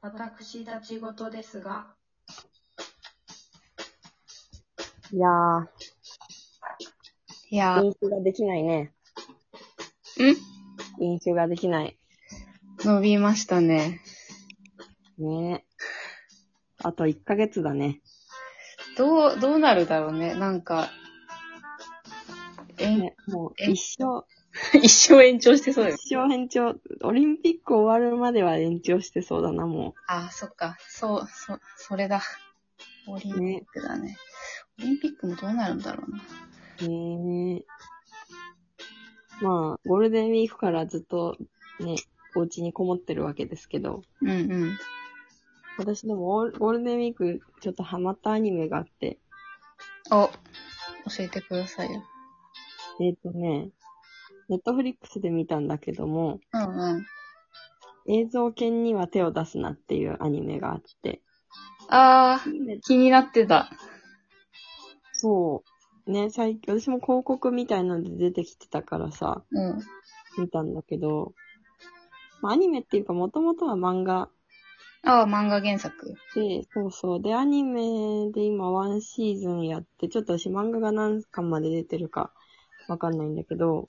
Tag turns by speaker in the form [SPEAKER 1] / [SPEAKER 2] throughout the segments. [SPEAKER 1] 私たち事ですが、
[SPEAKER 2] いやー、
[SPEAKER 3] いや、
[SPEAKER 2] 飲酒ができないね。
[SPEAKER 3] ん
[SPEAKER 2] 飲酒ができない。
[SPEAKER 3] 伸びましたね。
[SPEAKER 2] ねえ。あと1ヶ月だね。
[SPEAKER 3] どう、どうなるだろうね。なんか、えん、
[SPEAKER 2] ねもう
[SPEAKER 3] え
[SPEAKER 2] 一生、
[SPEAKER 3] 一生延長してそうだよ。
[SPEAKER 2] 一生延長、オリンピック終わるまでは延長してそうだな、も
[SPEAKER 3] あ、そっか。そう、そ、それだ。オリン
[SPEAKER 2] う。
[SPEAKER 3] ピッ
[SPEAKER 2] ね
[SPEAKER 3] クだね。オリンピックもどうなるんだろうな。
[SPEAKER 2] ねえ。まあ、ゴールデンウィークからずっとね、お家にこもってるわけですけど、
[SPEAKER 3] うんうん。
[SPEAKER 2] 私でもオールゴールデンウィークちょっとハマったアニメがあって、
[SPEAKER 3] お、教えてくださいよ。
[SPEAKER 2] えっ、とね、ネットフリックスで見たんだけども、
[SPEAKER 3] うんうん。
[SPEAKER 2] 映像犬には手を出すなっていうアニメがあって、
[SPEAKER 3] あー、気になってた。
[SPEAKER 2] そう。ね、最近、私も広告みたいので出てきてたからさ、
[SPEAKER 3] うん。
[SPEAKER 2] 見たんだけど、まあ、アニメっていうか、もともとは漫画
[SPEAKER 3] あー、漫画原作。
[SPEAKER 2] で、そうそう。で、アニメで今ワンシーズンやって、ちょっと私漫画が何巻まで出てるかわかんないんだけど、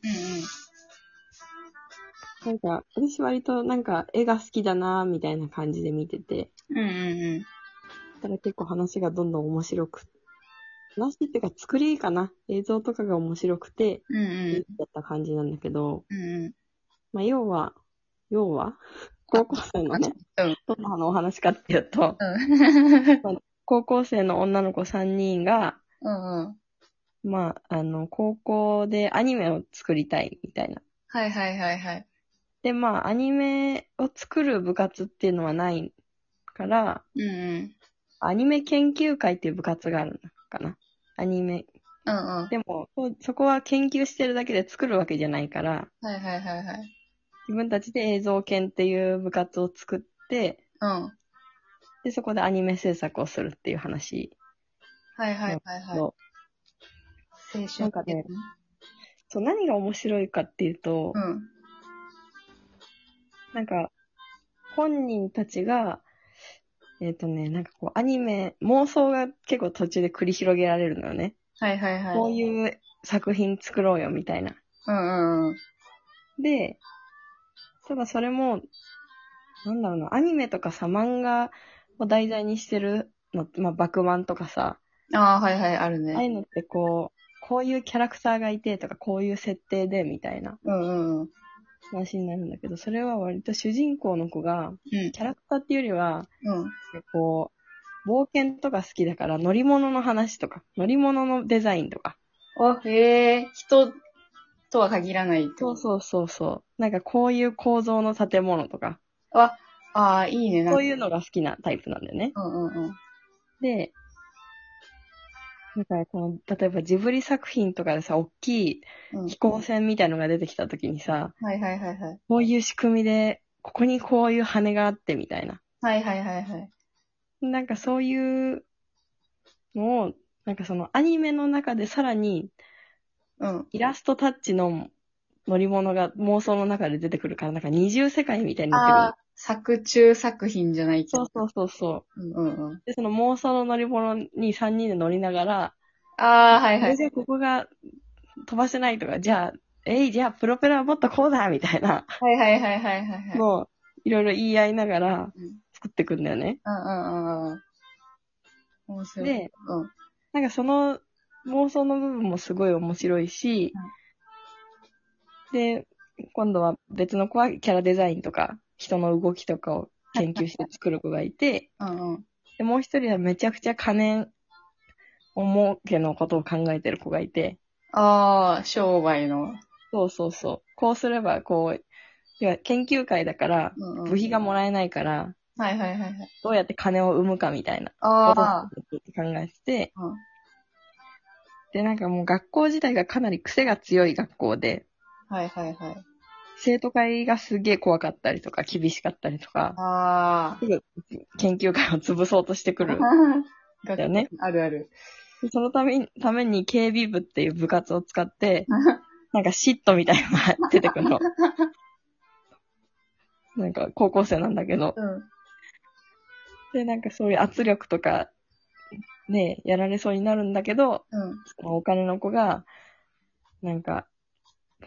[SPEAKER 3] う
[SPEAKER 2] なんか、私割となんか絵が好きだなーみたいな感じで見てて、
[SPEAKER 3] んうん。うんうんうん。
[SPEAKER 2] たら結構話がどんどん面白く、話っていうか作りかな映像とかが面白くて、
[SPEAKER 3] うんうん。
[SPEAKER 2] だった感じなんだけど、
[SPEAKER 3] うんうん。
[SPEAKER 2] まあ、要は、要は、高校生のね、
[SPEAKER 3] うん
[SPEAKER 2] どんなのお話かっていうと、
[SPEAKER 3] うん。
[SPEAKER 2] 高校生の女の子3人が、
[SPEAKER 3] うんうん。
[SPEAKER 2] まあ、あの、高校でアニメを作りたいみたいな。
[SPEAKER 3] はいはいはいはい。
[SPEAKER 2] で、まあ、アニメを作る部活っていうのはないから、
[SPEAKER 3] うんうん。
[SPEAKER 2] アニメ研究会っていう部活があるのかな。アニメ。
[SPEAKER 3] うんうん。
[SPEAKER 2] でも、そうそこは研究してるだけで作るわけじゃないから、
[SPEAKER 3] はいはいはいはい。
[SPEAKER 2] 自分たちで映像研っていう部活を作って、
[SPEAKER 3] うん。
[SPEAKER 2] で、そこでアニメ制作をするっていう話
[SPEAKER 3] はいはいはいはい。
[SPEAKER 2] の
[SPEAKER 3] 青春
[SPEAKER 2] なんかねそう、何が面白いかっていうと、
[SPEAKER 3] うん。
[SPEAKER 2] なんか、本人たちが、えっ、とね、なんかこう、アニメ、妄想が結構途中で繰り広げられるのよね。
[SPEAKER 3] はいはいはい。
[SPEAKER 2] こういう作品作ろうよ、みたいな。
[SPEAKER 3] うんうんうん。
[SPEAKER 2] で、ただそれも、なんだろうな、アニメとかさ、漫画を題材にしてるの、まあ、バクマンとかさ、
[SPEAKER 3] ああ、はいはい、ある
[SPEAKER 2] ああい
[SPEAKER 3] ね。
[SPEAKER 2] うのってこう、こういうキャラクターがいてとか、こういう設定で、みたいな
[SPEAKER 3] うんうんうん。
[SPEAKER 2] 話になるんだけど、それは割と主人公の子が、
[SPEAKER 3] うん。
[SPEAKER 2] キャラクターっていうよりは、
[SPEAKER 3] うん。
[SPEAKER 2] こう、冒険とか好きだから乗り物の話とか、乗り物のデザインとか。
[SPEAKER 3] お、へえ、人とは限らないって
[SPEAKER 2] そ
[SPEAKER 3] こ
[SPEAKER 2] う
[SPEAKER 3] と。
[SPEAKER 2] そうそうそう。なんかこういう構造の建物とか、
[SPEAKER 3] あ、ああ、いいね、なん
[SPEAKER 2] そ
[SPEAKER 3] か。
[SPEAKER 2] ういうのが好きなタイプなんだよね。
[SPEAKER 3] うんうんうん。
[SPEAKER 2] で、だからこの、例えばジブリ作品とかでさ、大きい
[SPEAKER 3] うん、
[SPEAKER 2] 飛行船みたいのが出てきた時にさ、
[SPEAKER 3] はいはいはいはい。
[SPEAKER 2] こういう仕組みで、ここにこういう羽があってみたいな。
[SPEAKER 3] はいはいはいはい。
[SPEAKER 2] なんかそういうのを、なんかそのアニメの中でさらに
[SPEAKER 3] うん。
[SPEAKER 2] イラストタッチの乗り物が妄想の中で出てくるから、なんか二重世界みたいにな
[SPEAKER 3] あ
[SPEAKER 2] っ
[SPEAKER 3] あ、作中作品じゃないけ
[SPEAKER 2] てくる。
[SPEAKER 3] ど。。
[SPEAKER 2] そうそうそうそう
[SPEAKER 3] んうんうん。
[SPEAKER 2] う。で、その妄想の乗り物に3人で乗りながら、
[SPEAKER 3] ああ、はいは
[SPEAKER 2] 全
[SPEAKER 3] い。
[SPEAKER 2] 然ここが飛ばせないとか、じゃあ、えい、じゃあプロペラもっとこうだみたいな、
[SPEAKER 3] はいはいはいはいはいはい。
[SPEAKER 2] もう、いろいろ言い合いながら
[SPEAKER 3] うん
[SPEAKER 2] 作ってくんだよね。
[SPEAKER 3] うんうんうんうん。面白い。
[SPEAKER 2] で、
[SPEAKER 3] うん。
[SPEAKER 2] なんかその妄想の部分もすごい面白いし、で、今度は別の子はキャラデザインとか、人の動きとかを研究して作る子がいて、
[SPEAKER 3] うんうん。
[SPEAKER 2] で、もう一人はめちゃくちゃ金を儲けのことを考えてる子がいて、
[SPEAKER 3] ああ、商売の。
[SPEAKER 2] そうそうそう。こうすれば、こう、要は研究会だから、
[SPEAKER 3] うんうん
[SPEAKER 2] 部費がもらえないから、
[SPEAKER 3] はいはいはいはい。
[SPEAKER 2] どうやって金を生むかみたいなことを
[SPEAKER 3] あ
[SPEAKER 2] 考えてて、
[SPEAKER 3] あ。うん
[SPEAKER 2] で、なんかもう学校自体がかなり癖が強い学校で、
[SPEAKER 3] はいはいはい。
[SPEAKER 2] 生徒会がすげえ怖かったりとか、厳しかったりとか、
[SPEAKER 3] ああ。
[SPEAKER 2] 研究会を潰そうとしてくる。だよね。
[SPEAKER 3] あるある。
[SPEAKER 2] でそのために、ために警備部っていう部活を使って、なんか嫉妬みたいなのが出てく るの。なんか高校生なんだけど、
[SPEAKER 3] うん。
[SPEAKER 2] で、なんかそういう圧力とか、ね、やられそうになるんだけど、
[SPEAKER 3] うん。
[SPEAKER 2] そのお金の子が、なんか、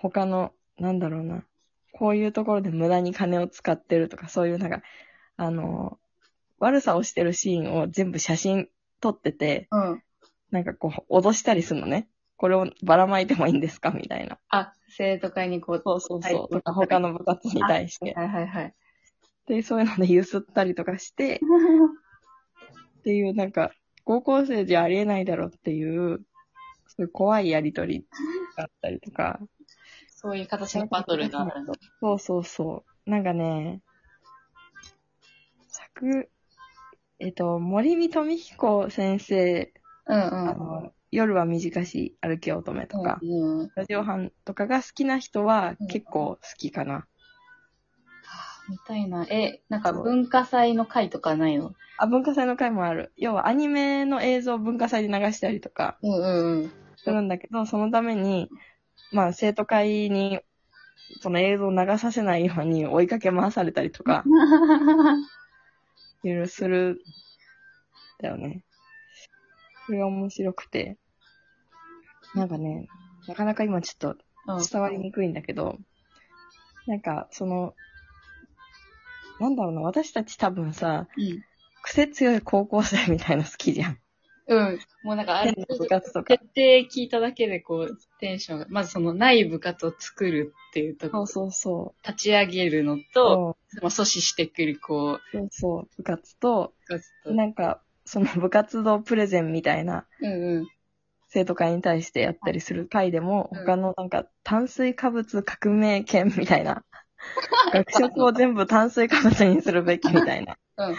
[SPEAKER 2] 他の、なんだろうな、こういうところで無駄に金を使ってるとか、そういうなんか、あの、悪さをしてるシーンを全部写真撮ってて、
[SPEAKER 3] うん。
[SPEAKER 2] なんかこう、脅したりするのね。これをばらまいてもいいんですかみたいな。
[SPEAKER 3] あ、生徒会にこう、
[SPEAKER 2] そうそうそう。
[SPEAKER 3] はい
[SPEAKER 2] とか、他の部活に対して。
[SPEAKER 3] はいはいはい。
[SPEAKER 2] で、そういうので揺すったりとかして、っていう、なんか、高校生じゃありえないだろうっていう、そういう怖いやりとりだったりとか。
[SPEAKER 3] そういう形のバトルがあるの。
[SPEAKER 2] そうそうそう。なんかね、作、えっと、森見富彦先生、
[SPEAKER 3] うん
[SPEAKER 2] あの、夜は短し歩き乙女とか、
[SPEAKER 3] うん。うん。
[SPEAKER 2] ラジオ班とかが好きな人は結構好きかな。
[SPEAKER 3] みたいな。え、なんか文化祭の会とかないの
[SPEAKER 2] あ、文化祭の回もある。要はアニメの映像を文化祭で流したりとか
[SPEAKER 3] うんうんうん。
[SPEAKER 2] するんだけど、そのために、まあ生徒会にその映像を流させないように追いかけ回されたりとか、いろいろする、だよね。それが面白くて。なんかね、なかなか今ちょっ と伝わりにくいんだけど、なんかその、なんだろうな、私たち多分さ、
[SPEAKER 3] うん
[SPEAKER 2] 癖強い高校生みたいなの好きじゃん。
[SPEAKER 3] うん。もうなんかあ
[SPEAKER 2] 変
[SPEAKER 3] る
[SPEAKER 2] な部活とか
[SPEAKER 3] 設。定聞いただけでこう、テンションが、まずそのない部活を作るっていうとこ
[SPEAKER 2] そ
[SPEAKER 3] ろ
[SPEAKER 2] う、そうそう。
[SPEAKER 3] 立ち上げるのと、
[SPEAKER 2] そう
[SPEAKER 3] まあ、阻止してくる、こう、
[SPEAKER 2] そうそう、部活と、
[SPEAKER 3] 部活と。
[SPEAKER 2] なんか、その部活動プレゼンみたいな
[SPEAKER 3] うんうん。
[SPEAKER 2] 生徒会に対してやったりする会でも、
[SPEAKER 3] はいうん
[SPEAKER 2] 他のなんか炭水化物革命権みたいな、学食を全部炭水化物にするべきみたいな、
[SPEAKER 3] うん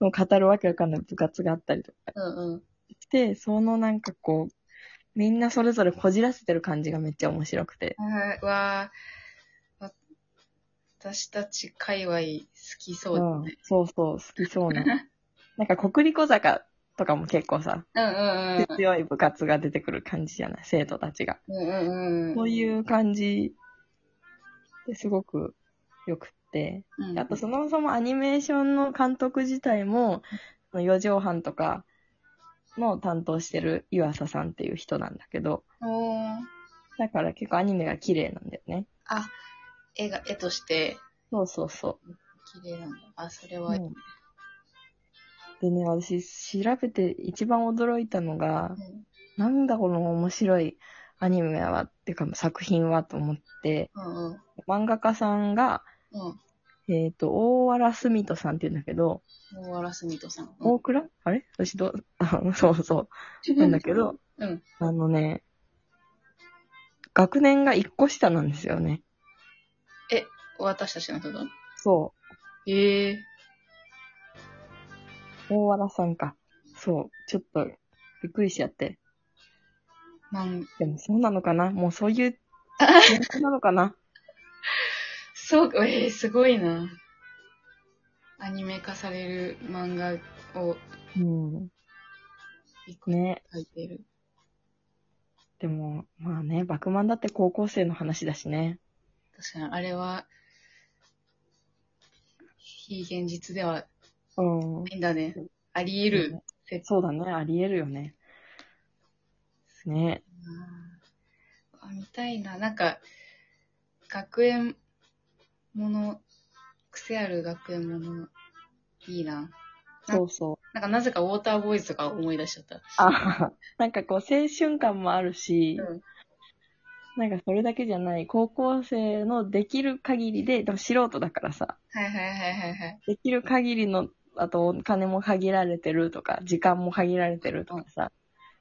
[SPEAKER 2] のを語るわけわかんない部活があったりとか
[SPEAKER 3] うんうん。
[SPEAKER 2] して、そのなんかこう、みんなそれぞれこじらせてる感じがめっちゃ面白くて。
[SPEAKER 3] あーわーわ私たち界隈好きそうだね。
[SPEAKER 2] ん、そうそう、好きそうな。なんか国立小坂とかも結構さ、
[SPEAKER 3] うん
[SPEAKER 2] 強い部活が出てくる感じじゃない生徒たちが。
[SPEAKER 3] うんうん。うんうん
[SPEAKER 2] そういう感じですごく良くって。
[SPEAKER 3] うん。
[SPEAKER 2] あと、そもそもアニメーションの監督自体も、その四畳半とかの担当してる湯浅さんっていう人なんだけど、
[SPEAKER 3] おー
[SPEAKER 2] だから結構アニメが綺麗なんだよね。
[SPEAKER 3] あ、絵が、絵として
[SPEAKER 2] そうそうそ
[SPEAKER 3] 綺麗なんだ。あ、それ
[SPEAKER 2] う。
[SPEAKER 3] は、
[SPEAKER 2] うんでね、私調べて一番驚いたのが
[SPEAKER 3] う、ん
[SPEAKER 2] なんだこの面白いアニメは、っていうか作品はと思って、
[SPEAKER 3] うんうん。
[SPEAKER 2] 漫画家さんが、
[SPEAKER 3] うん。
[SPEAKER 2] えっ、と、大原住人さんって言うんだけど、
[SPEAKER 3] 大原すみとさん。
[SPEAKER 2] 大倉、あれ私ど、あそう そう。なんだけど、
[SPEAKER 3] うん。
[SPEAKER 2] あのね、学年が一個下なんですよね。
[SPEAKER 3] 私たちのこと
[SPEAKER 2] そ
[SPEAKER 3] ええ
[SPEAKER 2] う。大原さんか。そう。ちょっと、びっくりしちゃって。
[SPEAKER 3] なん、
[SPEAKER 2] でもそうなのかなもうそういう、そうなのかな
[SPEAKER 3] そうか、ええすごいな。アニメ化される漫画を
[SPEAKER 2] うん。
[SPEAKER 3] 一個
[SPEAKER 2] ね。
[SPEAKER 3] 書いてる。
[SPEAKER 2] でも、まあね、バクマンだって高校生の話だしね。
[SPEAKER 3] 確かに、あれは、非現実では
[SPEAKER 2] うん。
[SPEAKER 3] ないんだね。あり得る。
[SPEAKER 2] そうだね、あり得るよね。ね。
[SPEAKER 3] あ、見たいな。なんか、学園もの、癖ある学園もの、いいな。
[SPEAKER 2] そうそう。
[SPEAKER 3] なんか、なぜかウォーターボーイズとか思い出しちゃった。
[SPEAKER 2] あ なんかこう青春感もあるし、
[SPEAKER 3] うん
[SPEAKER 2] なんかそれだけじゃない、高校生のできる限りで、でも素人だからさ、
[SPEAKER 3] はいはいはいはいはい。
[SPEAKER 2] できる限りの、あとお金も限られてるとか、時間も限られてるとかさ、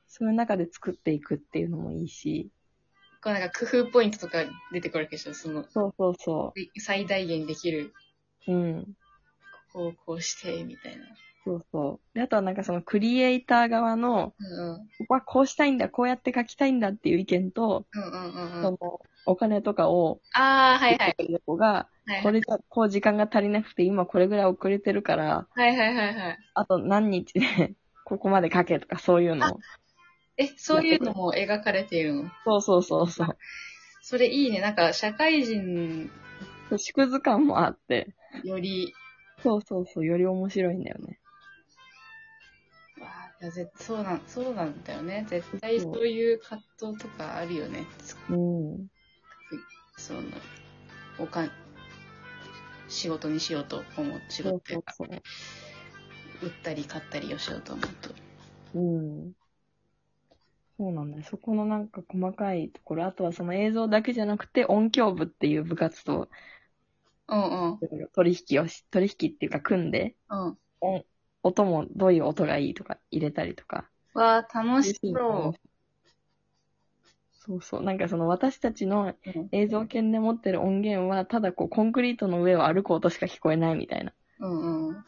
[SPEAKER 2] そういう中で作っていくっていうのもいいし、
[SPEAKER 3] こうなんか工夫ポイントとか出てくるわけでしょその、
[SPEAKER 2] そうそうそ
[SPEAKER 3] で最大限できる、
[SPEAKER 2] う、うん、
[SPEAKER 3] こう、こうして、みたいな。
[SPEAKER 2] そうそう。で、あとはなんかそのクリエイター側の、
[SPEAKER 3] うんうん。
[SPEAKER 2] ここはこうしたいんだ、こうやって書きたいんだっていう意見と、
[SPEAKER 3] うんうんうんうん。
[SPEAKER 2] そのお金とかを、
[SPEAKER 3] ああ、はいはい。
[SPEAKER 2] い。子が、
[SPEAKER 3] はいは
[SPEAKER 2] こ
[SPEAKER 3] い
[SPEAKER 2] れじゃ、こう時間が足りなくて、今これぐらい遅れてるから、
[SPEAKER 3] はいはいはいはい。
[SPEAKER 2] あと何日で、 ここまで書けとか、そういうのを。
[SPEAKER 3] え、そういうのも描かれているの
[SPEAKER 2] そうそうそうそう。
[SPEAKER 3] それいいね。なんか、社会人
[SPEAKER 2] そう縮図感もあって、
[SPEAKER 3] より、
[SPEAKER 2] そうそうそう、より面白いんだよね。
[SPEAKER 3] いや絶そうなんそうなんだよね絶対そういう葛藤とかあるよね
[SPEAKER 2] うん。
[SPEAKER 3] そのおかん仕事にしようと思う仕
[SPEAKER 2] そ
[SPEAKER 3] 事
[SPEAKER 2] う
[SPEAKER 3] ってい
[SPEAKER 2] そうう
[SPEAKER 3] か
[SPEAKER 2] そう。
[SPEAKER 3] 売ったり買ったりをしようと思うと
[SPEAKER 2] うん。そうなんだよ。そこのなんか細かいところ、あとはその映像だけじゃなくて音響部っていう部活と
[SPEAKER 3] うんうん
[SPEAKER 2] 取引をし、取引っていうか組んで、
[SPEAKER 3] うん
[SPEAKER 2] 音もどういう音がいいとか入れたりとか。
[SPEAKER 3] わあ楽しそう
[SPEAKER 2] そうそう。なんかその私たちの
[SPEAKER 3] うん
[SPEAKER 2] 映像犬で持ってる音源は、ただこうコンクリートの上を歩く音しか聞こえないみたいな
[SPEAKER 3] うんうん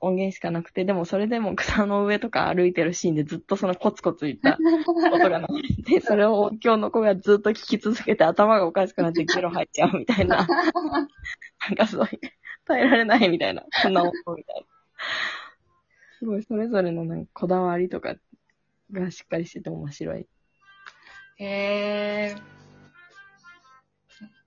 [SPEAKER 2] 音源しかなくて、でもそれでも 草の上とか歩いてるシーンでずっとそのコツコツい った音が流れて、それを音響の子がずっと聞き続けて頭がおかしくなってゲロ吐いちゃうみたい な。なんかそういう、耐えられないみたいな。こんな音みたいな。すごい、それぞれのなんかこだわりとかがしっかりしてて面白い。
[SPEAKER 3] へー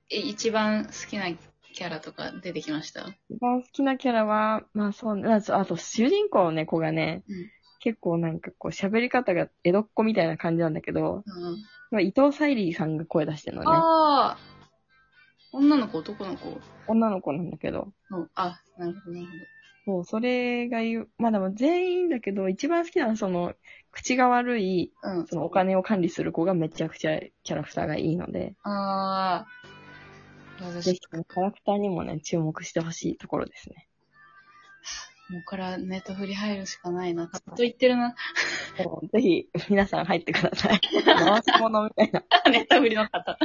[SPEAKER 3] え一番好きなキャラとか出てきました
[SPEAKER 2] 一番好きなキャラは、まあそうね、あとあと主人公のね、子がね、
[SPEAKER 3] うん
[SPEAKER 2] 結構なんかこう喋り方が江戸っ子みたいな感じなんだけど、
[SPEAKER 3] うん
[SPEAKER 2] まあ伊藤沙莉さんが声出してるのね。
[SPEAKER 3] ああ女の子男の子
[SPEAKER 2] 女の子なんだけど。
[SPEAKER 3] のあなるほどなるほど
[SPEAKER 2] そう、それが言う、まあでも全員だけど、一番好きなのはその、口が悪い、
[SPEAKER 3] うん。
[SPEAKER 2] そのお金を管理する子がめちゃくちゃキャラクターがいいので、
[SPEAKER 3] ああ。
[SPEAKER 2] ぜ
[SPEAKER 3] 私
[SPEAKER 2] ひ、キャラクターにもね、注目してほしいところです ね。
[SPEAKER 3] もうこれはネット振り入るしかないな。ずっと言ってるな。
[SPEAKER 2] そうぜひ、皆さん入ってください。回し物みたいな。
[SPEAKER 3] ネット振りの方。